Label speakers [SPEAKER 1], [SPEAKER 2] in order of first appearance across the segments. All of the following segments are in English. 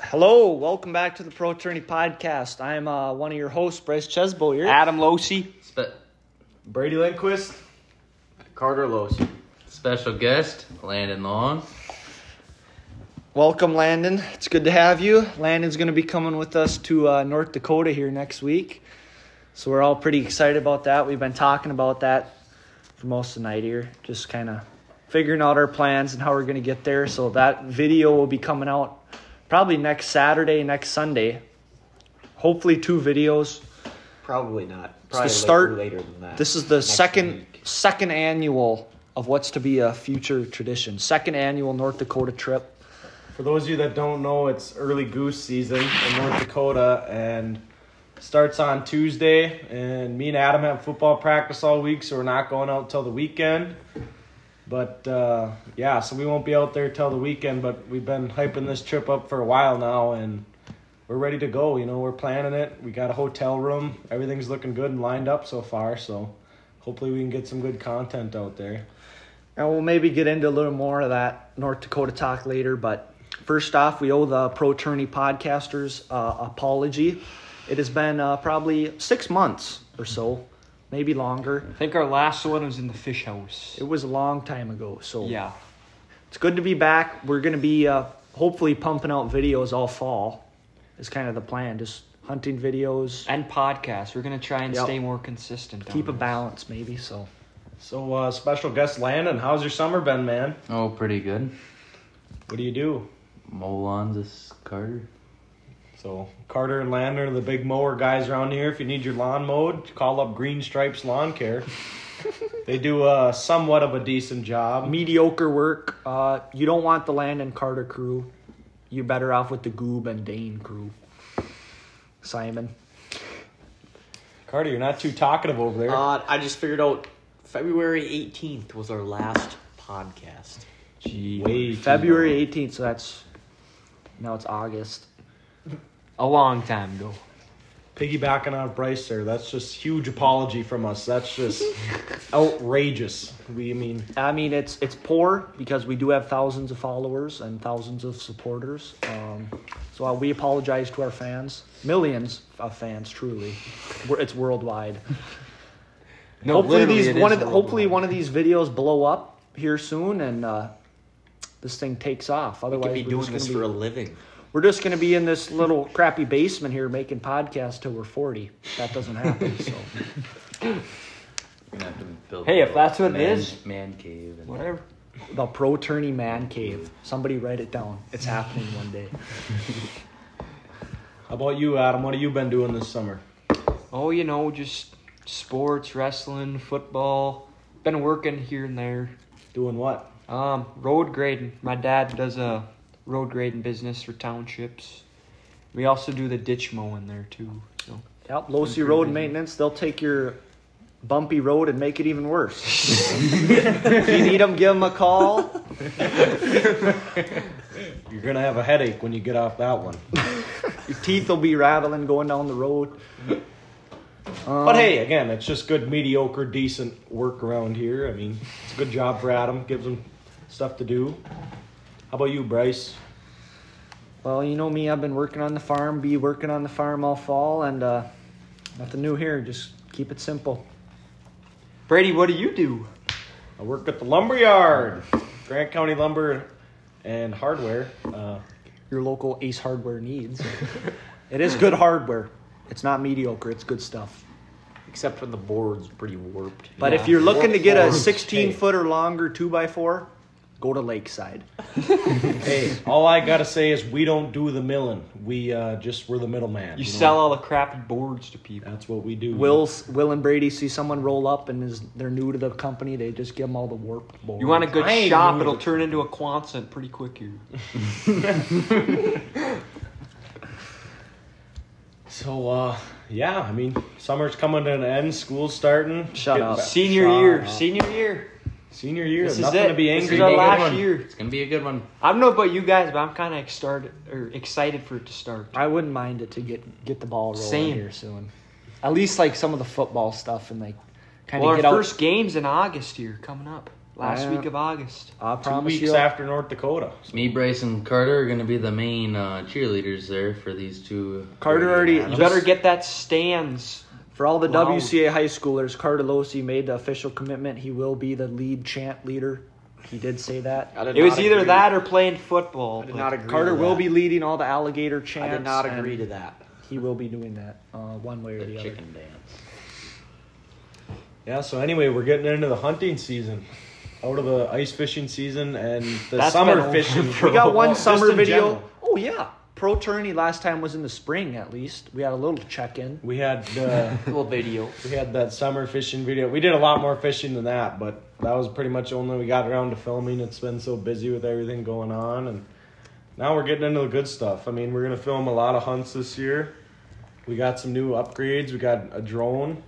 [SPEAKER 1] Hello, welcome back to the Pro Attorney Podcast. I'm uh, one of your hosts, Bryce Chesboyer.
[SPEAKER 2] Adam Losey.
[SPEAKER 3] Spe-
[SPEAKER 4] Brady Lindquist, Carter Lose.
[SPEAKER 3] special guest, Landon Long.
[SPEAKER 1] Welcome, Landon. It's good to have you. Landon's going to be coming with us to uh, North Dakota here next week. So we're all pretty excited about that. We've been talking about that for most of the night here, just kind of figuring out our plans and how we're going to get there. So that video will be coming out probably next Saturday, next Sunday. Hopefully, two videos.
[SPEAKER 4] Probably not. Probably
[SPEAKER 1] to start-
[SPEAKER 4] later, later than that.
[SPEAKER 1] This is the
[SPEAKER 4] Next
[SPEAKER 1] second
[SPEAKER 4] week.
[SPEAKER 1] second annual of what's to be a future tradition. Second annual North Dakota trip.
[SPEAKER 5] For those of you that don't know, it's early goose season in North Dakota and starts on Tuesday. And me and Adam have football practice all week, so we're not going out till the weekend. But uh, yeah, so we won't be out there till the weekend. But we've been hyping this trip up for a while now, and we're ready to go. You know, we're planning it. We got a hotel room. Everything's looking good and lined up so far. So hopefully we can get some good content out there.
[SPEAKER 1] And we'll maybe get into a little more of that North Dakota talk later. But first off, we owe the Pro Attorney Podcasters uh, apology. It has been uh, probably six months or so, maybe longer.
[SPEAKER 2] I think our last one was in the fish house.
[SPEAKER 1] It was a long time ago. So
[SPEAKER 2] Yeah.
[SPEAKER 1] it's good to be back. We're going to be uh, hopefully pumping out videos all fall, is kind of the plan. Just hunting videos,
[SPEAKER 2] And podcasts. We're going to try and
[SPEAKER 1] Yep.
[SPEAKER 2] stay more consistent. on
[SPEAKER 1] keep a
[SPEAKER 2] those.
[SPEAKER 1] balance maybe. So.
[SPEAKER 5] So uh, special guest Landon, how's your summer been, man?
[SPEAKER 3] Oh, pretty good.
[SPEAKER 5] What do you do?
[SPEAKER 3] Molon's is Carter.
[SPEAKER 5] So Carter and Landon are the big mower guys around here. If you need your lawn mowed, call up Green Stripes Lawn Care. they do uh, somewhat of a decent job.
[SPEAKER 1] mediocre work. Uh, you don't want the Landon Carter crew. You're better off with the Goob and Dane crew. Simon.
[SPEAKER 5] Carter, you're not too talkative over there.
[SPEAKER 4] Uh, I just figured out February 18th was our last podcast.
[SPEAKER 3] Gee.
[SPEAKER 5] Way
[SPEAKER 1] February 18th, so that's. Now it's August.
[SPEAKER 2] A long time ago.
[SPEAKER 5] piggybacking on Bryce there. That's just huge apology from us. That's just outrageous. We I mean
[SPEAKER 1] I mean, it's it's poor because we do have thousands of followers and thousands of supporters. Um, so uh, we apologize to our fans, millions of fans, truly. We're- It's worldwide.
[SPEAKER 2] No,
[SPEAKER 1] hopefully
[SPEAKER 2] literally,
[SPEAKER 1] these
[SPEAKER 2] it
[SPEAKER 1] one
[SPEAKER 2] is
[SPEAKER 1] of the,
[SPEAKER 2] horrible.
[SPEAKER 1] hopefully one of these videos blow up here soon and uh, this thing takes off.
[SPEAKER 4] We could
[SPEAKER 1] Otherwise,
[SPEAKER 4] be
[SPEAKER 1] we're just
[SPEAKER 4] doing this
[SPEAKER 1] gonna
[SPEAKER 4] for
[SPEAKER 1] be-
[SPEAKER 4] a living.
[SPEAKER 1] we're just going to be in this little crappy basement here making podcasts till we're forty. That doesn't happen. So
[SPEAKER 3] We're gonna have to build
[SPEAKER 2] Hey,
[SPEAKER 3] a
[SPEAKER 2] if that's what it
[SPEAKER 3] man,
[SPEAKER 2] is-
[SPEAKER 3] Man cave. And
[SPEAKER 2] Whatever.
[SPEAKER 1] the pro tourney man cave. Somebody write it down. It's happening one day.
[SPEAKER 5] how about you, Adam? What have you been doing this summer?
[SPEAKER 2] Oh, you know, just sports, wrestling, football. Been working here and there.
[SPEAKER 5] Doing what?
[SPEAKER 2] Um, road grading. My dad does a road grading business for townships. We also do the ditch mowing there too. So
[SPEAKER 1] Yep, Losi Road Maintenance. They'll take your bumpy road and make it even worse. if you need them, give them a call.
[SPEAKER 5] You're gonna have a headache when you get off that one.
[SPEAKER 1] Your teeth will be rattling going down the road.
[SPEAKER 5] But
[SPEAKER 2] Um,
[SPEAKER 5] hey, again, it's just good, mediocre, decent work around here. I mean, it's a good job for Adam. Gives him stuff to do. How about you, Bryce?
[SPEAKER 1] Well, you know me, I've been working on the farm, be working on the farm all fall, and uh, nothing new here. Just keep it simple.
[SPEAKER 2] Brady, what do you do?
[SPEAKER 5] I work at the lumber yard, Grant County Lumber and Hardware. Uh,
[SPEAKER 1] Your local Ace Hardware needs. it is good hardware. It's not mediocre. It's good stuff.
[SPEAKER 4] Except when the board's pretty warped.
[SPEAKER 1] But if
[SPEAKER 2] Yeah.
[SPEAKER 1] you're looking to get a
[SPEAKER 5] Warped
[SPEAKER 1] 16
[SPEAKER 5] tape.
[SPEAKER 1] foot or longer two x four, go to Lakeside.
[SPEAKER 5] hey, all I gotta say is we don't do the milling. We uh, just we're the middleman.
[SPEAKER 2] You
[SPEAKER 5] know?
[SPEAKER 2] sell all the crappy boards to people.
[SPEAKER 5] That's what we do.
[SPEAKER 1] Will Will and Brady see someone roll up and is they're new to the company, they just give them all the warped boards.
[SPEAKER 2] You want a good
[SPEAKER 5] I ain't
[SPEAKER 2] shop,
[SPEAKER 5] moving.
[SPEAKER 2] it'll turn into a Quonset pretty quick here.
[SPEAKER 5] So uh, yeah, I mean, summer's coming to an end. School's starting.
[SPEAKER 1] Shut
[SPEAKER 5] Getting
[SPEAKER 1] up.
[SPEAKER 5] back-
[SPEAKER 2] Senior
[SPEAKER 5] Shut
[SPEAKER 2] year,
[SPEAKER 5] up.
[SPEAKER 2] senior year.
[SPEAKER 5] Senior year.
[SPEAKER 2] This is
[SPEAKER 5] Nothing
[SPEAKER 2] it.
[SPEAKER 5] to be angry.
[SPEAKER 2] This is our
[SPEAKER 5] about.
[SPEAKER 2] last
[SPEAKER 3] one.
[SPEAKER 2] year.
[SPEAKER 3] It's gonna be a good one.
[SPEAKER 2] I don't know about you guys, but I'm kind of excited or excited for it to start.
[SPEAKER 1] I wouldn't mind it to get get the ball rolling
[SPEAKER 2] Same.
[SPEAKER 1] here soon. At least like some of the football stuff and like kind
[SPEAKER 2] Well,
[SPEAKER 1] of
[SPEAKER 2] our
[SPEAKER 1] get out.
[SPEAKER 2] first game's in August here coming up. Last
[SPEAKER 1] Yeah. Uh,
[SPEAKER 2] week of August.
[SPEAKER 1] I
[SPEAKER 5] Two
[SPEAKER 1] promise
[SPEAKER 5] weeks
[SPEAKER 1] you.
[SPEAKER 5] after North Dakota.
[SPEAKER 3] Me, Bryce, and Carter are going to be the main uh, cheerleaders there for these two.
[SPEAKER 1] Carter already-
[SPEAKER 2] You
[SPEAKER 1] Just-
[SPEAKER 2] better get that stands.
[SPEAKER 1] For all the
[SPEAKER 2] Wow.
[SPEAKER 1] WCA high schoolers, Carter Losey made the official commitment. He will be the lead chant leader. He did say that.
[SPEAKER 4] I did
[SPEAKER 2] It was
[SPEAKER 4] not
[SPEAKER 2] either
[SPEAKER 4] agree.
[SPEAKER 2] that or playing football.
[SPEAKER 4] I did
[SPEAKER 2] but
[SPEAKER 4] not agree.
[SPEAKER 1] Carter
[SPEAKER 4] to that.
[SPEAKER 1] will be leading all the alligator
[SPEAKER 4] I
[SPEAKER 1] chants.
[SPEAKER 4] did not
[SPEAKER 1] and
[SPEAKER 4] agree to that.
[SPEAKER 1] He will be doing that uh, one way or
[SPEAKER 3] The
[SPEAKER 1] the other.
[SPEAKER 3] chicken dance.
[SPEAKER 5] Yeah, so anyway, we're getting into the hunting season. Out of the ice fishing season and the
[SPEAKER 2] That's been
[SPEAKER 5] summer
[SPEAKER 2] over
[SPEAKER 5] fishing.
[SPEAKER 2] for
[SPEAKER 1] We got one
[SPEAKER 5] Well, just
[SPEAKER 1] summer
[SPEAKER 5] in
[SPEAKER 1] video.
[SPEAKER 5] general.
[SPEAKER 1] Oh yeah, pro tourney last time was in the spring. At least we had a little check in.
[SPEAKER 5] We had uh,
[SPEAKER 2] Little video.
[SPEAKER 5] we had that summer fishing video. We did a lot more fishing than that, but that was pretty much the only we got around to filming. It's been so busy with everything going on, and now we're getting into the good stuff. I mean, we're gonna film a lot of hunts this year. We got some new upgrades. We got a drone.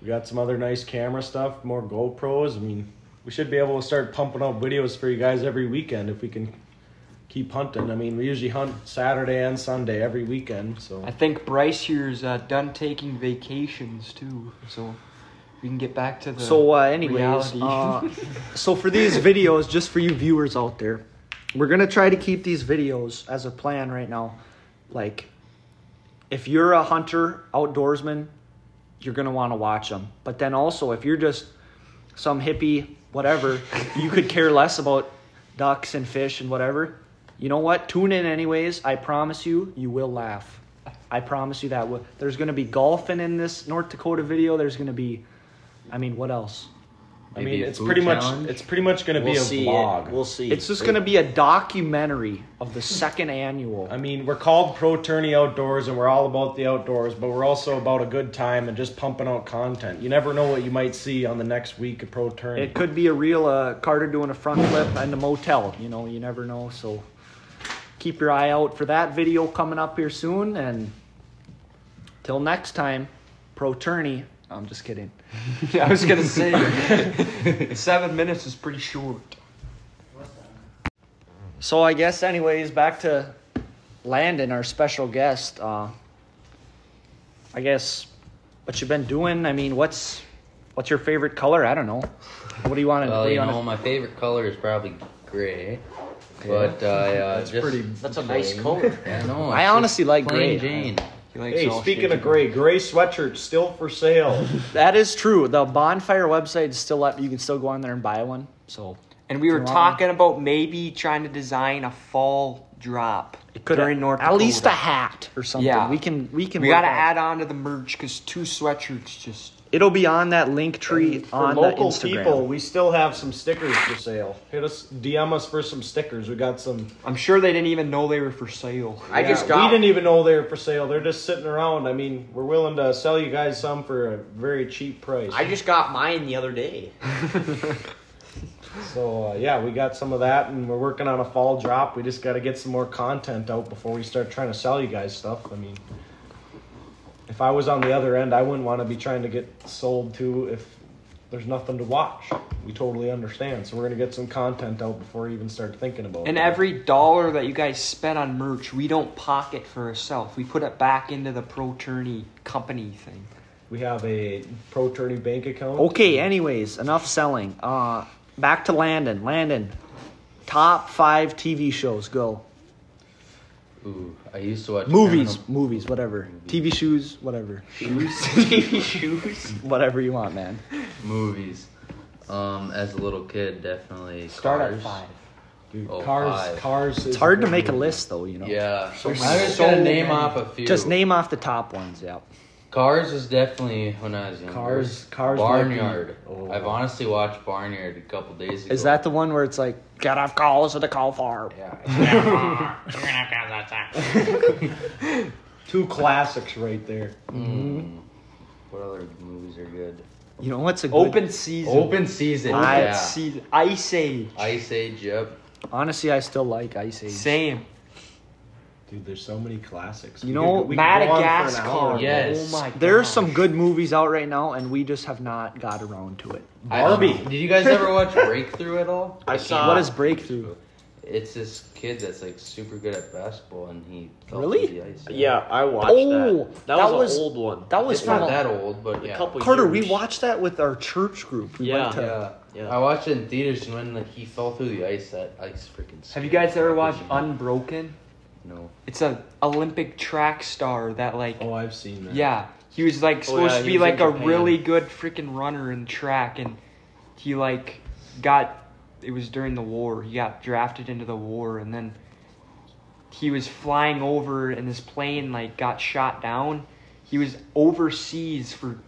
[SPEAKER 5] We got some other nice camera stuff. More GoPros. I mean, we should be able to start pumping out videos for you guys every weekend if we can keep hunting. I mean, we usually hunt Saturday and Sunday every weekend, so.
[SPEAKER 2] I think Bryce here's uh, done taking vacations too, so we can get back to the.
[SPEAKER 1] So, uh, anyways,
[SPEAKER 2] reality.
[SPEAKER 1] uh, so for these videos, just for you viewers out there, we're gonna try to keep these videos as a plan right now. Like, if you're a hunter, outdoorsman, you're gonna want to watch them. But then also, if you're just some hippie, whatever, you could care less about ducks and fish and whatever. You know what? Tune in anyways. I promise you, you will laugh. I promise you that. There's gonna be golfing in this North Dakota video. There's gonna be, I mean, what else?
[SPEAKER 5] I
[SPEAKER 3] Maybe
[SPEAKER 5] mean,
[SPEAKER 3] a
[SPEAKER 5] it's
[SPEAKER 3] food
[SPEAKER 5] pretty
[SPEAKER 3] challenge?
[SPEAKER 5] much it's pretty much going to
[SPEAKER 4] We'll
[SPEAKER 5] be a
[SPEAKER 4] see.
[SPEAKER 5] vlog.
[SPEAKER 4] It. We'll see.
[SPEAKER 1] It's just gonna be a documentary of the second annual.
[SPEAKER 5] I mean, we're called Pro Tourney Outdoors, and we're all about the outdoors, but we're also about a good time and just pumping out content. You never know what you might see on the next week of Pro Tourney.
[SPEAKER 1] It could be a real uh, Carter doing a front flip and a motel. You know, you never know. So keep your eye out for that video coming up here soon. And till next time, pro tourney. I'm just kidding.
[SPEAKER 2] I was gonna say seven minutes is pretty short.
[SPEAKER 1] So I guess, anyways, back to Landon, our special guest. Uh, I guess what you've been doing. I mean, what's what's your favorite color? I don't know. What do you want to?
[SPEAKER 3] Well,
[SPEAKER 1] do
[SPEAKER 3] you
[SPEAKER 1] you wanna-
[SPEAKER 3] know, my favorite color is probably gray. But uh, I, uh, that's just, pretty.
[SPEAKER 4] That's a nice color.
[SPEAKER 3] Yeah, no,
[SPEAKER 1] I
[SPEAKER 3] it's just
[SPEAKER 1] honestly like
[SPEAKER 3] plain
[SPEAKER 1] gray.
[SPEAKER 3] Jane.
[SPEAKER 2] He likes
[SPEAKER 5] hey,
[SPEAKER 2] all
[SPEAKER 5] speaking
[SPEAKER 2] shades
[SPEAKER 5] of gray, gray sweatshirts still for sale.
[SPEAKER 1] That is true. The bonfire website is still up. You can still go on there and buy one. So
[SPEAKER 2] And we were
[SPEAKER 1] Toronto.
[SPEAKER 2] talking about maybe trying to design a fall drop
[SPEAKER 1] it could
[SPEAKER 2] during North
[SPEAKER 1] at least a
[SPEAKER 2] Dakota.
[SPEAKER 1] hat or something.
[SPEAKER 2] Yeah.
[SPEAKER 1] we can we can.
[SPEAKER 2] We
[SPEAKER 1] work
[SPEAKER 2] gotta
[SPEAKER 1] on it.
[SPEAKER 2] add on to the merch because two sweatshirts just
[SPEAKER 1] It'll be on that link tree
[SPEAKER 5] for
[SPEAKER 1] on the
[SPEAKER 5] local
[SPEAKER 1] Instagram.
[SPEAKER 5] people, we still have some stickers for sale. Hit us, DM us for some stickers. We got some.
[SPEAKER 2] I'm sure they didn't even know they were for sale.
[SPEAKER 4] I just
[SPEAKER 5] Yeah,
[SPEAKER 4] got.
[SPEAKER 5] We didn't even know they were for sale. They're just sitting around. I mean, we're willing to sell you guys some for a very cheap price.
[SPEAKER 4] I just got mine the other day.
[SPEAKER 5] So uh, yeah, we got some of that, and we're working on a fall drop. We just got to get some more content out before we start trying to sell you guys stuff. I mean, if I was on the other end, I wouldn't want to be trying to get sold to if there's nothing to watch. We totally understand. So we're gonna get some content out before you even start thinking about.
[SPEAKER 2] And
[SPEAKER 5] that.
[SPEAKER 2] every dollar that you guys spend on merch, we don't pocket for ourselves. We put it back into the pro tourney company thing.
[SPEAKER 5] we have a pro tourney bank account.
[SPEAKER 1] Okay. Anyways, enough selling. Uh, back to Landon. Landon, top five TV shows. Go
[SPEAKER 3] Ooh, I used to watch
[SPEAKER 1] movies,
[SPEAKER 3] Criminal-
[SPEAKER 1] movies, whatever. TV shows, whatever,
[SPEAKER 2] TV shoes.
[SPEAKER 1] whatever you want, man.
[SPEAKER 3] movies. Um, as a little kid, definitely.
[SPEAKER 5] Start at
[SPEAKER 3] Cars.
[SPEAKER 5] five. Dude,
[SPEAKER 3] Oh,
[SPEAKER 5] cars,
[SPEAKER 3] five.
[SPEAKER 5] cars.
[SPEAKER 1] It's hard to make a list though, you know.
[SPEAKER 3] Yeah, so
[SPEAKER 2] There's
[SPEAKER 3] I was
[SPEAKER 2] so
[SPEAKER 3] gonna name
[SPEAKER 2] many.
[SPEAKER 3] off a few.
[SPEAKER 1] Just name off the top ones. Yeah.
[SPEAKER 3] Cars was definitely when I was younger.
[SPEAKER 5] Cars- Cars might be-
[SPEAKER 3] Barnyard.
[SPEAKER 5] Oh.
[SPEAKER 3] I've honestly watched Barnyard a couple days ago.
[SPEAKER 1] Is that the one where it's like get off calls at the call farm?
[SPEAKER 3] Yeah.
[SPEAKER 5] Two classics right there.
[SPEAKER 3] Mm. What other movies are good?
[SPEAKER 1] You know what's a good
[SPEAKER 2] Open season.
[SPEAKER 3] Open season.
[SPEAKER 2] Open
[SPEAKER 1] I-
[SPEAKER 3] yeah.
[SPEAKER 2] season. Ice Age.
[SPEAKER 3] Ice Age. Yep.
[SPEAKER 1] Honestly, I still like Ice Age.
[SPEAKER 2] Same.
[SPEAKER 5] Dude, there's so many classics.
[SPEAKER 1] You
[SPEAKER 5] We
[SPEAKER 1] know,
[SPEAKER 5] could- we could go on for an
[SPEAKER 2] Madagascar.
[SPEAKER 5] hour.
[SPEAKER 3] Yes.
[SPEAKER 2] Oh my god.
[SPEAKER 1] There are some good movies out right now, and we just have not got around to it.
[SPEAKER 3] I-
[SPEAKER 5] Barbie.
[SPEAKER 3] did you guys ever watch Breakthrough at all?
[SPEAKER 4] I saw.
[SPEAKER 1] what is Breakthrough?
[SPEAKER 3] it's this kid that's like super good at basketball, and he fell
[SPEAKER 1] Really?
[SPEAKER 3] through the ice.
[SPEAKER 4] Yeah, I watched
[SPEAKER 1] Oh,
[SPEAKER 4] that. That,
[SPEAKER 1] that
[SPEAKER 4] was,
[SPEAKER 1] was-
[SPEAKER 4] an old one.
[SPEAKER 1] that was
[SPEAKER 3] it's
[SPEAKER 1] from
[SPEAKER 3] not
[SPEAKER 1] a,
[SPEAKER 3] that old, but
[SPEAKER 4] a
[SPEAKER 3] yeah.
[SPEAKER 4] couple.
[SPEAKER 1] Carter.
[SPEAKER 4] years.
[SPEAKER 1] We watched that with our church group. We
[SPEAKER 4] Yeah.
[SPEAKER 1] went to,
[SPEAKER 3] Yeah.
[SPEAKER 4] Yeah.
[SPEAKER 3] I watched it in theaters and when like, he fell through the ice, that ice freaking.
[SPEAKER 2] Have
[SPEAKER 3] scared
[SPEAKER 2] you guys
[SPEAKER 3] the
[SPEAKER 2] ever
[SPEAKER 3] fuck out
[SPEAKER 2] watched
[SPEAKER 3] of me.
[SPEAKER 2] Unbroken?
[SPEAKER 3] No.
[SPEAKER 2] It's a Olympic track star that like
[SPEAKER 5] Oh, I've seen that.
[SPEAKER 2] yeah, he was like supposed
[SPEAKER 4] Oh, yeah,
[SPEAKER 2] to
[SPEAKER 4] he
[SPEAKER 2] be
[SPEAKER 4] was in
[SPEAKER 2] like a
[SPEAKER 4] Japan.
[SPEAKER 2] really good freaking runner in track and he like got it was during the war. He got drafted into the war and then he was flying over and this plane like got shot down. He was overseas for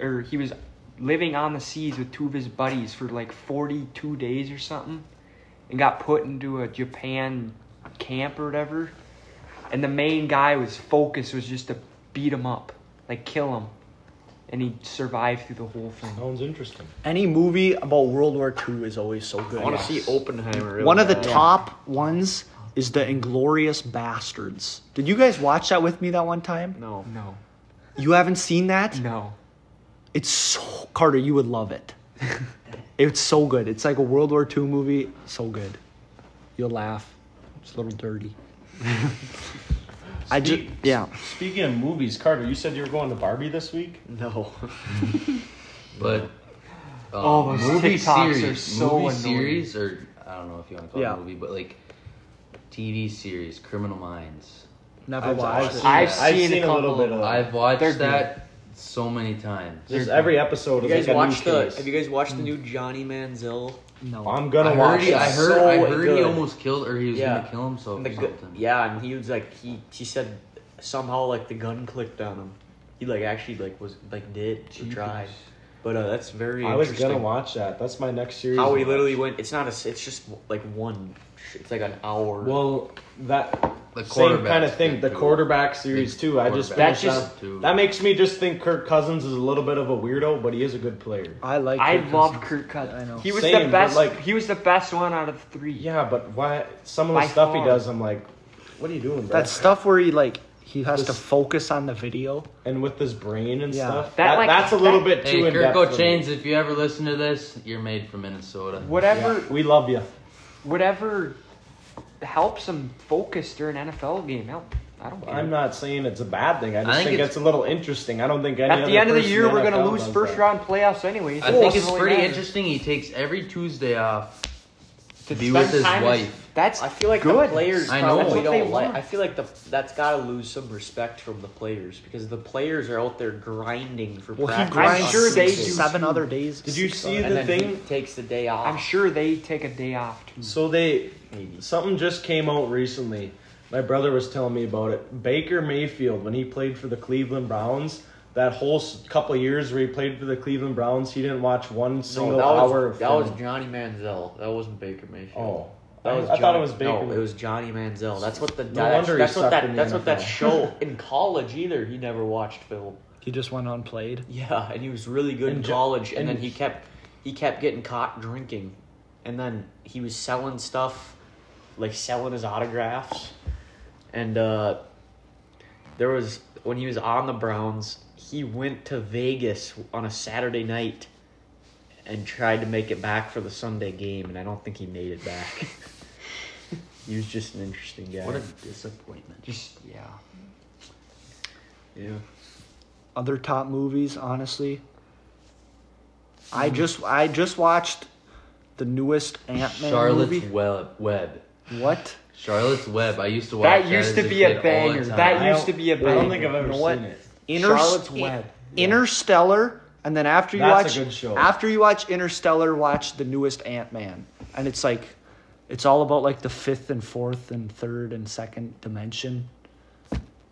[SPEAKER 2] or he was living on the seas with two of his buddies for like 42 days or something and got put into a Japan camp or whatever. And the main guy was focus was just to beat him up, like kill him. And he survived through the whole thing.
[SPEAKER 5] Sounds interesting.
[SPEAKER 1] any movie about World War II is always so good.
[SPEAKER 4] I want to see Oppenheimer. really
[SPEAKER 1] One of the
[SPEAKER 4] bad.
[SPEAKER 1] top ones is the Inglorious Bastards. Did you guys watch that with me that one time?
[SPEAKER 4] No.
[SPEAKER 2] No.
[SPEAKER 1] You haven't seen that?
[SPEAKER 2] No.
[SPEAKER 1] It's so Carter, you would love it. it's so good. It's like a World War II movie. So good. You'll laugh. It's a little dirty. I just
[SPEAKER 5] Speak-
[SPEAKER 1] yeah.
[SPEAKER 5] Speaking of movies, Carter, you said you were going to Barbie this week.
[SPEAKER 4] No.
[SPEAKER 3] But um,
[SPEAKER 2] Oh, those
[SPEAKER 3] movie
[SPEAKER 2] TikToks are
[SPEAKER 3] series,
[SPEAKER 2] so
[SPEAKER 3] movie
[SPEAKER 2] annoying.
[SPEAKER 3] series, or I don't know if you want to call
[SPEAKER 1] Yeah.
[SPEAKER 3] it a movie, but like TV series, Criminal Minds.
[SPEAKER 1] Never
[SPEAKER 5] I've-
[SPEAKER 1] watched it.
[SPEAKER 5] that.
[SPEAKER 2] I've seen a
[SPEAKER 5] a little
[SPEAKER 2] couple
[SPEAKER 5] bit
[SPEAKER 2] of
[SPEAKER 5] of that.
[SPEAKER 3] I've watched
[SPEAKER 2] Oh. they're good.
[SPEAKER 3] that so many times.
[SPEAKER 5] Just every episode.
[SPEAKER 4] You
[SPEAKER 5] is
[SPEAKER 4] guys
[SPEAKER 5] like a new
[SPEAKER 4] watch the?
[SPEAKER 5] case.
[SPEAKER 4] Have you guys watched the
[SPEAKER 2] Mm.
[SPEAKER 4] new Johnny Manziel?
[SPEAKER 1] No.
[SPEAKER 5] I'm
[SPEAKER 3] I
[SPEAKER 5] gonna
[SPEAKER 3] heard,
[SPEAKER 5] watch.
[SPEAKER 3] he,
[SPEAKER 5] it.
[SPEAKER 3] I heard,
[SPEAKER 5] So
[SPEAKER 3] I heard he
[SPEAKER 5] good.
[SPEAKER 3] almost killed, or he was
[SPEAKER 4] Yeah.
[SPEAKER 3] gonna kill
[SPEAKER 5] Oh,
[SPEAKER 3] himself
[SPEAKER 4] And the
[SPEAKER 3] or
[SPEAKER 4] gu-
[SPEAKER 3] something.
[SPEAKER 4] yeah, and he was like he he said somehow like the gun clicked on him. He like actually like was like did or tried. But uh, that's very.
[SPEAKER 5] I was
[SPEAKER 4] interesting.
[SPEAKER 5] gonna watch that. That's my next series.
[SPEAKER 4] How
[SPEAKER 5] to
[SPEAKER 4] we
[SPEAKER 5] watch.
[SPEAKER 4] literally went. It's not a. s- It's just like one. It's like an hour.
[SPEAKER 5] Well, that
[SPEAKER 3] The
[SPEAKER 5] same kind of
[SPEAKER 3] quarterback's
[SPEAKER 5] thing.
[SPEAKER 3] good
[SPEAKER 5] The
[SPEAKER 3] too.
[SPEAKER 5] quarterback series
[SPEAKER 3] The
[SPEAKER 5] too. I just
[SPEAKER 3] quarterback
[SPEAKER 5] finished
[SPEAKER 2] That's
[SPEAKER 5] that.
[SPEAKER 3] just- too.
[SPEAKER 5] that makes me just think Kirk Cousins is a little bit of a weirdo, but he is a good player.
[SPEAKER 1] I like
[SPEAKER 2] I
[SPEAKER 1] Kirk
[SPEAKER 2] love
[SPEAKER 1] Cousins.
[SPEAKER 2] Kirk Cousins.
[SPEAKER 1] I know.
[SPEAKER 2] He was
[SPEAKER 5] Same,
[SPEAKER 2] the
[SPEAKER 5] but,
[SPEAKER 2] best.
[SPEAKER 5] like-
[SPEAKER 2] he was the best one out of the three.
[SPEAKER 5] Yeah, but why? Some of
[SPEAKER 2] By
[SPEAKER 5] the stuff
[SPEAKER 2] far.
[SPEAKER 5] he does, I'm like, what are you doing, bro?
[SPEAKER 1] That stuff where he like he has
[SPEAKER 5] This-
[SPEAKER 1] to focus on the video.
[SPEAKER 5] and with his brain and
[SPEAKER 1] Yeah.
[SPEAKER 5] stuff.
[SPEAKER 2] That,
[SPEAKER 5] That,
[SPEAKER 2] like,
[SPEAKER 5] that's a little
[SPEAKER 2] that-
[SPEAKER 5] bit too
[SPEAKER 3] Hey,
[SPEAKER 5] in depth.
[SPEAKER 3] Kirko Chains, if you ever listen to this, you're made for Minnesota.
[SPEAKER 2] Whatever.
[SPEAKER 5] we love you.
[SPEAKER 2] Whatever helps him focus during an NFL game. Hell, I don't care.
[SPEAKER 5] I'm not saying it's a bad thing. I just
[SPEAKER 3] I think
[SPEAKER 5] think,
[SPEAKER 3] it's-
[SPEAKER 5] it's, a little interesting. I don't think any
[SPEAKER 2] At the
[SPEAKER 5] other
[SPEAKER 2] end of the
[SPEAKER 5] person
[SPEAKER 2] year,
[SPEAKER 5] in
[SPEAKER 2] we're gonna
[SPEAKER 5] NFL
[SPEAKER 2] lose
[SPEAKER 5] does
[SPEAKER 2] first
[SPEAKER 5] that.
[SPEAKER 2] round playoffs anyways.
[SPEAKER 3] I
[SPEAKER 2] so
[SPEAKER 3] think
[SPEAKER 2] it
[SPEAKER 3] it's
[SPEAKER 2] doesn't
[SPEAKER 3] pretty
[SPEAKER 2] really matter.
[SPEAKER 3] interesting. He takes every Tuesday off to
[SPEAKER 2] To
[SPEAKER 3] be
[SPEAKER 2] spend
[SPEAKER 3] with his
[SPEAKER 2] time is-
[SPEAKER 3] wife.
[SPEAKER 2] That's
[SPEAKER 4] I feel like
[SPEAKER 2] good.
[SPEAKER 4] the players
[SPEAKER 3] I know.
[SPEAKER 4] probably
[SPEAKER 3] That's what
[SPEAKER 2] they
[SPEAKER 4] don't like.
[SPEAKER 2] want.
[SPEAKER 4] I feel like the that's got to lose some respect from the players because the players are out there grinding for
[SPEAKER 1] Well, he
[SPEAKER 4] practice.
[SPEAKER 1] grinds
[SPEAKER 4] on
[SPEAKER 2] sure they
[SPEAKER 1] six,
[SPEAKER 2] do
[SPEAKER 1] seven
[SPEAKER 2] too.
[SPEAKER 1] other days.
[SPEAKER 5] Did you
[SPEAKER 1] six
[SPEAKER 5] see
[SPEAKER 1] other-
[SPEAKER 4] And
[SPEAKER 5] the
[SPEAKER 4] then
[SPEAKER 5] thing-
[SPEAKER 4] he takes the day off.
[SPEAKER 2] I'm sure they take a day off too.
[SPEAKER 5] So they
[SPEAKER 4] Maybe.
[SPEAKER 5] something just came out recently. My brother was telling me about it. Baker Mayfield, when he played for the Cleveland Browns, that whole s- couple years where he played for the Cleveland Browns, he didn't watch one
[SPEAKER 4] No,
[SPEAKER 5] single
[SPEAKER 4] that
[SPEAKER 5] hour.
[SPEAKER 4] was
[SPEAKER 5] of
[SPEAKER 4] that
[SPEAKER 5] film.
[SPEAKER 4] was Johnny Manziel. That wasn't Baker Mayfield.
[SPEAKER 5] oh,
[SPEAKER 4] That
[SPEAKER 5] I,
[SPEAKER 4] was
[SPEAKER 5] I thought
[SPEAKER 4] Johnny-
[SPEAKER 5] it was Baker.
[SPEAKER 4] No, it was Johnny Manziel. That's what the
[SPEAKER 5] No
[SPEAKER 4] that's,
[SPEAKER 5] wonder he
[SPEAKER 4] that's what
[SPEAKER 5] sucked
[SPEAKER 4] that
[SPEAKER 5] in the
[SPEAKER 4] that's what that
[SPEAKER 5] NFL.
[SPEAKER 4] show in college either. He never watched film.
[SPEAKER 1] He just went unplayed.
[SPEAKER 4] Yeah, and he was really good in
[SPEAKER 5] And Jo-
[SPEAKER 4] college, and,
[SPEAKER 5] and-
[SPEAKER 4] then he kept he kept getting caught drinking, and then he was selling stuff, like selling his autographs, and uh, there was when he was on the Browns, he went to Vegas on a Saturday night, and tried to make it back for the Sunday game, and I don't think he made it back. he was just an interesting guy.
[SPEAKER 3] What a disappointment.
[SPEAKER 2] Just yeah.
[SPEAKER 4] yeah.
[SPEAKER 1] Other top movies, honestly. I just I just watched the newest Ant Man
[SPEAKER 3] Charlotte's
[SPEAKER 1] movie.
[SPEAKER 3] Web. Web.
[SPEAKER 1] What?
[SPEAKER 3] Charlotte's Web. I used to watch
[SPEAKER 2] That
[SPEAKER 3] that.
[SPEAKER 2] used
[SPEAKER 3] as
[SPEAKER 2] to be a
[SPEAKER 3] kid all the
[SPEAKER 2] banger.
[SPEAKER 3] time.
[SPEAKER 2] That
[SPEAKER 5] I
[SPEAKER 2] used
[SPEAKER 5] don't-
[SPEAKER 2] to be a
[SPEAKER 5] I
[SPEAKER 2] banger.
[SPEAKER 5] don't think I've ever
[SPEAKER 1] You know
[SPEAKER 5] seen
[SPEAKER 1] what?
[SPEAKER 5] it.
[SPEAKER 2] Charlotte's Web.
[SPEAKER 1] Interstellar, and then after you
[SPEAKER 5] That's a
[SPEAKER 1] watch
[SPEAKER 5] good show.
[SPEAKER 1] after you watch Interstellar, watch the newest Ant Man, and it's like, it's all about like the fifth and fourth and third and second dimension.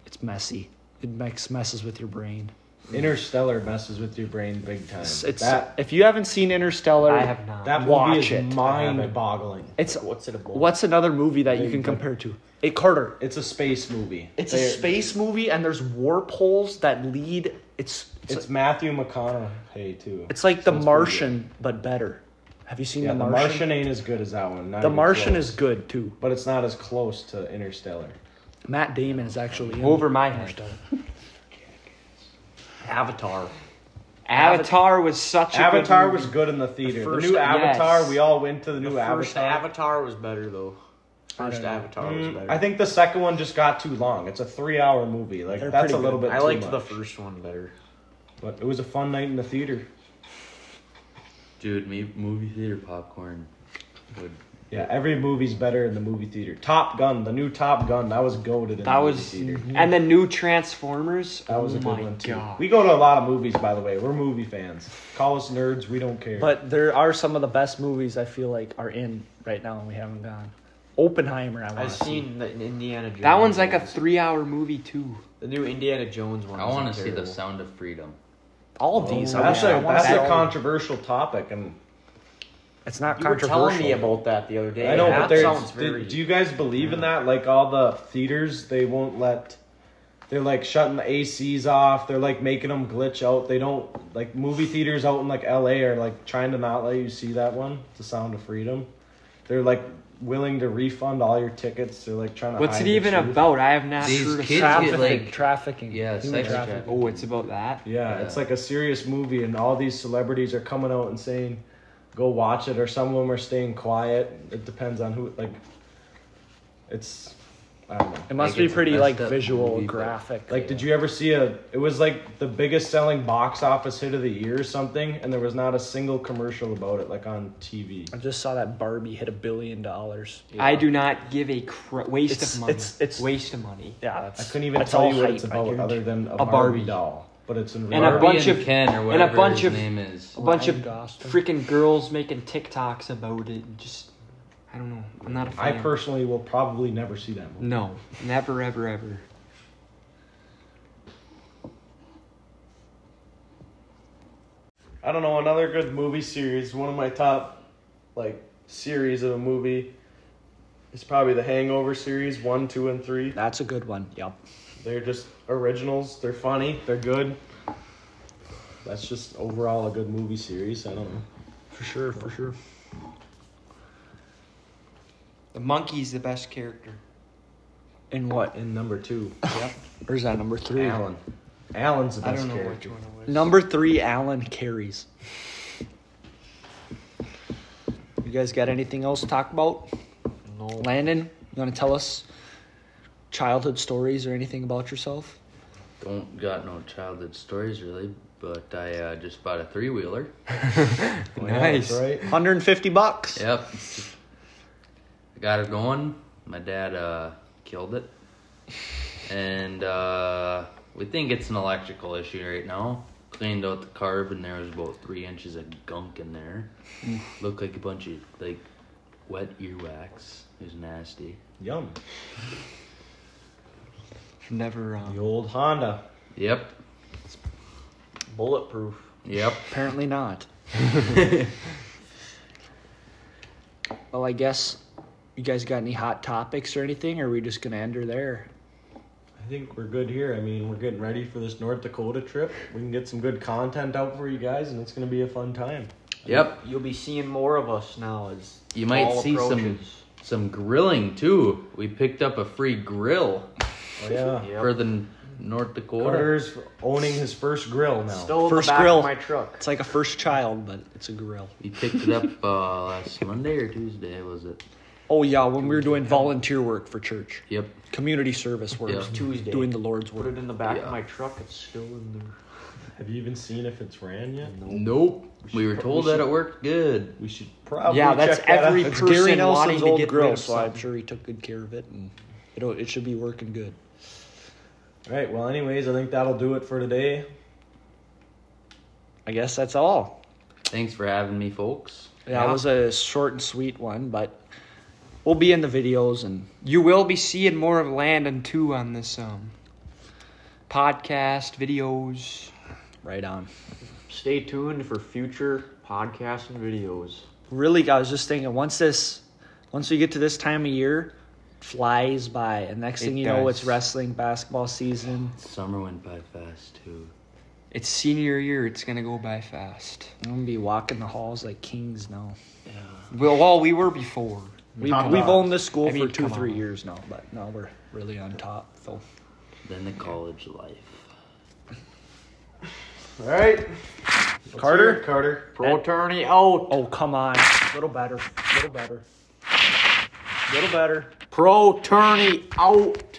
[SPEAKER 1] It's messy. It makes messes with your brain.
[SPEAKER 5] Interstellar messes with your brain big time.
[SPEAKER 1] It's, it's
[SPEAKER 5] that
[SPEAKER 1] if you haven't seen Interstellar,
[SPEAKER 2] I have not.
[SPEAKER 5] that movie
[SPEAKER 1] watch
[SPEAKER 5] is
[SPEAKER 1] it.
[SPEAKER 5] mind-boggling.
[SPEAKER 1] It's
[SPEAKER 4] What's it about?
[SPEAKER 1] what's another movie that you
[SPEAKER 5] Big
[SPEAKER 1] can
[SPEAKER 5] bu-
[SPEAKER 1] compare to? A Carter.
[SPEAKER 5] It's a space movie.
[SPEAKER 1] It's
[SPEAKER 5] They-
[SPEAKER 1] a space movie, and there's warp holes that lead. It's it's,
[SPEAKER 5] It's Matthew McConaughey too.
[SPEAKER 1] it's like The
[SPEAKER 5] it's pretty good.
[SPEAKER 1] Martian, but better. Have you seen
[SPEAKER 5] yeah,
[SPEAKER 1] The
[SPEAKER 5] the
[SPEAKER 1] Martian?
[SPEAKER 5] Martian ain't as good as that one. not
[SPEAKER 1] The
[SPEAKER 5] even
[SPEAKER 1] Martian
[SPEAKER 5] close.
[SPEAKER 1] is good too.
[SPEAKER 5] but it's not as close to Interstellar.
[SPEAKER 1] Matt Damon is actually in
[SPEAKER 2] Over my head.
[SPEAKER 4] Avatar?
[SPEAKER 2] Avatar was such a good
[SPEAKER 5] Avatar was
[SPEAKER 2] movie.
[SPEAKER 5] good in the theater. The,
[SPEAKER 1] first-
[SPEAKER 5] new Avatar,
[SPEAKER 2] yes.
[SPEAKER 5] we all went to the, new
[SPEAKER 4] First
[SPEAKER 5] Avatar.
[SPEAKER 4] Avatar was better though. First Avatar was
[SPEAKER 5] Mm,
[SPEAKER 4] better.
[SPEAKER 5] I think the second one just got too long. It's a three-hour movie. Like
[SPEAKER 1] They're
[SPEAKER 5] that's
[SPEAKER 1] pretty
[SPEAKER 5] a little
[SPEAKER 1] good.
[SPEAKER 5] bit.
[SPEAKER 4] I
[SPEAKER 5] too
[SPEAKER 4] liked the
[SPEAKER 5] much.
[SPEAKER 4] first one better.
[SPEAKER 5] But it was a fun night in the theater.
[SPEAKER 3] Dude, me movie theater popcorn would.
[SPEAKER 5] Yeah, every movie's better in the movie theater. Top Gun, the new Top Gun, that was goaded in the
[SPEAKER 2] That
[SPEAKER 5] movie
[SPEAKER 2] was,
[SPEAKER 5] theater.
[SPEAKER 2] and the new Transformers.
[SPEAKER 5] That was
[SPEAKER 2] oh
[SPEAKER 5] a good
[SPEAKER 2] my
[SPEAKER 5] one too.
[SPEAKER 2] God.
[SPEAKER 5] We go to a lot of movies, by the way. We're movie fans. Call us nerds, we don't care.
[SPEAKER 1] But there are some of the best movies I feel like are in right now and we haven't gone. Oppenheimer, I want
[SPEAKER 4] I've
[SPEAKER 1] to see.
[SPEAKER 4] seen the Indiana Jones.
[SPEAKER 2] that one's like a
[SPEAKER 4] one.
[SPEAKER 2] three-hour movie too.
[SPEAKER 4] the new Indiana Jones one.
[SPEAKER 3] I
[SPEAKER 4] want to
[SPEAKER 3] see the Sound of Freedom.
[SPEAKER 1] All of these. I
[SPEAKER 5] Oh, that's
[SPEAKER 1] wanna- I
[SPEAKER 5] a
[SPEAKER 1] wanna
[SPEAKER 5] that's
[SPEAKER 1] see
[SPEAKER 5] a
[SPEAKER 1] all-
[SPEAKER 5] controversial topic, and
[SPEAKER 1] It's not
[SPEAKER 4] You were
[SPEAKER 1] controversial.
[SPEAKER 4] telling me about that the other day.
[SPEAKER 5] I know.
[SPEAKER 4] That
[SPEAKER 5] But there's,
[SPEAKER 4] sounds
[SPEAKER 5] do-
[SPEAKER 4] very.
[SPEAKER 5] do you guys believe in that? Like all the theaters, they won't let. They're like shutting the ACs off. They're like making them glitch out. They don't like movie theaters out in like LA are like trying to not let you see that one, The Sound of Freedom. They're like willing to refund all your tickets. They're like trying to.
[SPEAKER 2] What's
[SPEAKER 5] hide
[SPEAKER 2] it
[SPEAKER 5] the
[SPEAKER 2] even
[SPEAKER 5] truth.
[SPEAKER 2] about? I have not
[SPEAKER 3] These
[SPEAKER 2] heard of
[SPEAKER 3] kids
[SPEAKER 2] that.
[SPEAKER 1] trafficking,
[SPEAKER 3] like-
[SPEAKER 1] trafficking.
[SPEAKER 3] Yeah,
[SPEAKER 1] human
[SPEAKER 3] sex
[SPEAKER 1] trafficking.
[SPEAKER 3] trafficking.
[SPEAKER 2] Oh, it's about that.
[SPEAKER 5] Yeah,
[SPEAKER 3] Yeah.
[SPEAKER 5] it's like a serious movie, and all these celebrities are coming out and saying, "Go watch it," or some of them are staying quiet. It depends on who. Like, it's I don't know.
[SPEAKER 1] It must
[SPEAKER 3] Like,
[SPEAKER 1] be
[SPEAKER 3] it's a
[SPEAKER 1] pretty
[SPEAKER 3] messed
[SPEAKER 1] like
[SPEAKER 3] up
[SPEAKER 1] visual,
[SPEAKER 3] movie, but-
[SPEAKER 1] graphic.
[SPEAKER 5] Like, did you ever see a? It was like the biggest selling box office hit of the year or something, and there was not a single commercial about it, like on TV.
[SPEAKER 1] I just saw that Barbie hit a billion dollars.
[SPEAKER 2] I do not give a cr- waste
[SPEAKER 1] It's-
[SPEAKER 2] of money.
[SPEAKER 1] it's- it's-
[SPEAKER 2] waste of money.
[SPEAKER 1] Yeah,
[SPEAKER 5] I
[SPEAKER 1] that's,
[SPEAKER 5] couldn't even
[SPEAKER 1] that's
[SPEAKER 5] tell
[SPEAKER 1] all
[SPEAKER 5] you what
[SPEAKER 1] hype,
[SPEAKER 5] it's
[SPEAKER 1] I
[SPEAKER 5] about
[SPEAKER 1] guarantee.
[SPEAKER 5] other than a,
[SPEAKER 2] Barbie.
[SPEAKER 5] Barbie doll, but it's in
[SPEAKER 2] And a
[SPEAKER 5] reality.
[SPEAKER 3] Barbie
[SPEAKER 2] bunch
[SPEAKER 3] and
[SPEAKER 2] of-
[SPEAKER 3] Ken
[SPEAKER 2] and
[SPEAKER 3] or
[SPEAKER 2] a
[SPEAKER 3] whatever
[SPEAKER 2] bunch
[SPEAKER 3] his
[SPEAKER 2] of-
[SPEAKER 3] name is.
[SPEAKER 2] A bunch of
[SPEAKER 1] Ryan Gosling.
[SPEAKER 2] freaking girls making TikToks about it. and Just, I don't know. I'm not a
[SPEAKER 5] I
[SPEAKER 2] fan.
[SPEAKER 5] personally will probably never see that movie.
[SPEAKER 2] no, never, ever, ever.
[SPEAKER 5] I don't know, another good movie series, one of my top like series of a movie is probably the Hangover series, one, two, and three.
[SPEAKER 1] That's a good one. Yep.
[SPEAKER 5] They're just originals, they're funny, they're good. That's just overall a good movie series. I don't know.
[SPEAKER 1] For sure, for sure.
[SPEAKER 2] The monkey's the best character.
[SPEAKER 1] In what?
[SPEAKER 5] And number two,
[SPEAKER 1] Or is that number three?
[SPEAKER 5] Alan. Alan's the
[SPEAKER 2] I
[SPEAKER 5] best
[SPEAKER 2] don't know
[SPEAKER 5] character.
[SPEAKER 2] which one it was.
[SPEAKER 1] Number three, Alan carries. You guys got anything else to talk about?
[SPEAKER 4] no.
[SPEAKER 1] Landon, you want to tell us childhood stories or anything about yourself?
[SPEAKER 3] Don't got no childhood stories really, but I uh, just bought a three wheeler.
[SPEAKER 5] Oh, yeah, that's
[SPEAKER 2] nice.
[SPEAKER 5] right?
[SPEAKER 1] 150 bucks.
[SPEAKER 3] Yep. I got it going. My dad uh, killed it. And uh, we think it's an electrical issue right now. Cleaned out the carb, and there was about three inches of gunk in there. Looked like a bunch of like wet earwax. It was nasty.
[SPEAKER 5] Yum.
[SPEAKER 2] Never. Um,
[SPEAKER 5] The old Honda.
[SPEAKER 3] Yep.
[SPEAKER 4] Bulletproof.
[SPEAKER 3] Yep.
[SPEAKER 1] Apparently not. well, I guess you guys got any hot topics or anything, or are we just going to end her there?
[SPEAKER 5] I think we're good here. I mean, we're getting ready for this North Dakota trip. We can get some good content out for you guys, and it's going to be a fun time.
[SPEAKER 3] Yep.
[SPEAKER 4] You'll be seeing more of us now as
[SPEAKER 3] You might
[SPEAKER 4] fall
[SPEAKER 3] see some-
[SPEAKER 4] approaches.
[SPEAKER 3] Some grilling too. We picked up a free grill
[SPEAKER 5] Oh, yeah.
[SPEAKER 4] Yep.
[SPEAKER 3] for the N- North Dakota.
[SPEAKER 5] Carter's owning his first grill now.
[SPEAKER 4] Still in
[SPEAKER 1] First
[SPEAKER 4] the back
[SPEAKER 1] grill.
[SPEAKER 4] of my truck.
[SPEAKER 1] It's like a first child, but it's a grill.
[SPEAKER 3] We picked it up uh, last Monday or Tuesday, was it?
[SPEAKER 1] Oh, yeah, when we were doing volunteer work for church,
[SPEAKER 3] Yep.
[SPEAKER 1] community service work,
[SPEAKER 3] Yeah.
[SPEAKER 4] Tuesday.
[SPEAKER 1] doing the Lord's
[SPEAKER 4] Put
[SPEAKER 1] work.
[SPEAKER 4] it in the back
[SPEAKER 3] Yeah.
[SPEAKER 4] of my truck. It's still in there.
[SPEAKER 5] Have you even seen if it's ran yet?
[SPEAKER 3] Nope. We were
[SPEAKER 5] should-
[SPEAKER 3] told
[SPEAKER 5] we
[SPEAKER 3] that
[SPEAKER 5] should-
[SPEAKER 3] it worked good.
[SPEAKER 5] We should probably.
[SPEAKER 2] Yeah, that's
[SPEAKER 5] check that
[SPEAKER 2] every-
[SPEAKER 5] out.
[SPEAKER 1] It's
[SPEAKER 2] person
[SPEAKER 1] Gary
[SPEAKER 2] wanting
[SPEAKER 1] Nelson's
[SPEAKER 2] to
[SPEAKER 1] old
[SPEAKER 2] get um, rid
[SPEAKER 1] grill,
[SPEAKER 2] of
[SPEAKER 1] so I'm
[SPEAKER 2] something.
[SPEAKER 1] sure he took good care of it, and it'll, it should be working good.
[SPEAKER 5] All right. Well, anyways, I think that'll do it for today.
[SPEAKER 1] I guess that's all.
[SPEAKER 3] Thanks for having me, folks.
[SPEAKER 1] That was a short and sweet one, but we'll be in the videos and
[SPEAKER 2] You will be seeing more of Landon too on this um podcast videos.
[SPEAKER 1] right on.
[SPEAKER 4] Stay tuned for future podcasts and videos.
[SPEAKER 1] Really, I was just thinking once this, once we get to this time of year, flies by, and next
[SPEAKER 2] It
[SPEAKER 1] thing you know, it's
[SPEAKER 2] does.
[SPEAKER 1] wrestling basketball season.
[SPEAKER 3] Summer went by fast too.
[SPEAKER 2] It's senior year. It's gonna go by fast.
[SPEAKER 1] I'm gonna be walking the halls like kings now.
[SPEAKER 2] Well, well we were before.
[SPEAKER 1] We,
[SPEAKER 5] Top
[SPEAKER 1] we've
[SPEAKER 5] notch.
[SPEAKER 1] owned this school
[SPEAKER 2] I mean,
[SPEAKER 1] for two,
[SPEAKER 2] come
[SPEAKER 1] three
[SPEAKER 2] on.
[SPEAKER 1] years now, but now we're really on top. So
[SPEAKER 3] Then the college life.
[SPEAKER 5] All right. Carter. Carter.
[SPEAKER 4] Pro attorney out.
[SPEAKER 1] Oh, come on. A little better. A little better. little better.
[SPEAKER 4] Pro tourney out.